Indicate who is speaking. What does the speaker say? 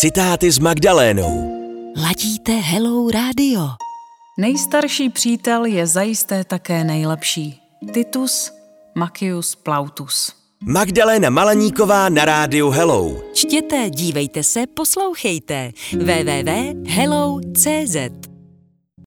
Speaker 1: Citáty s Magdalénou.
Speaker 2: Ladíte Hello Radio.
Speaker 3: Nejstarší přítel je zajisté také nejlepší. Titus Macius Plautus.
Speaker 1: Magdaléna Malaníková na rádiu Hello.
Speaker 2: Čtěte, dívejte se, poslouchejte. www.hello.cz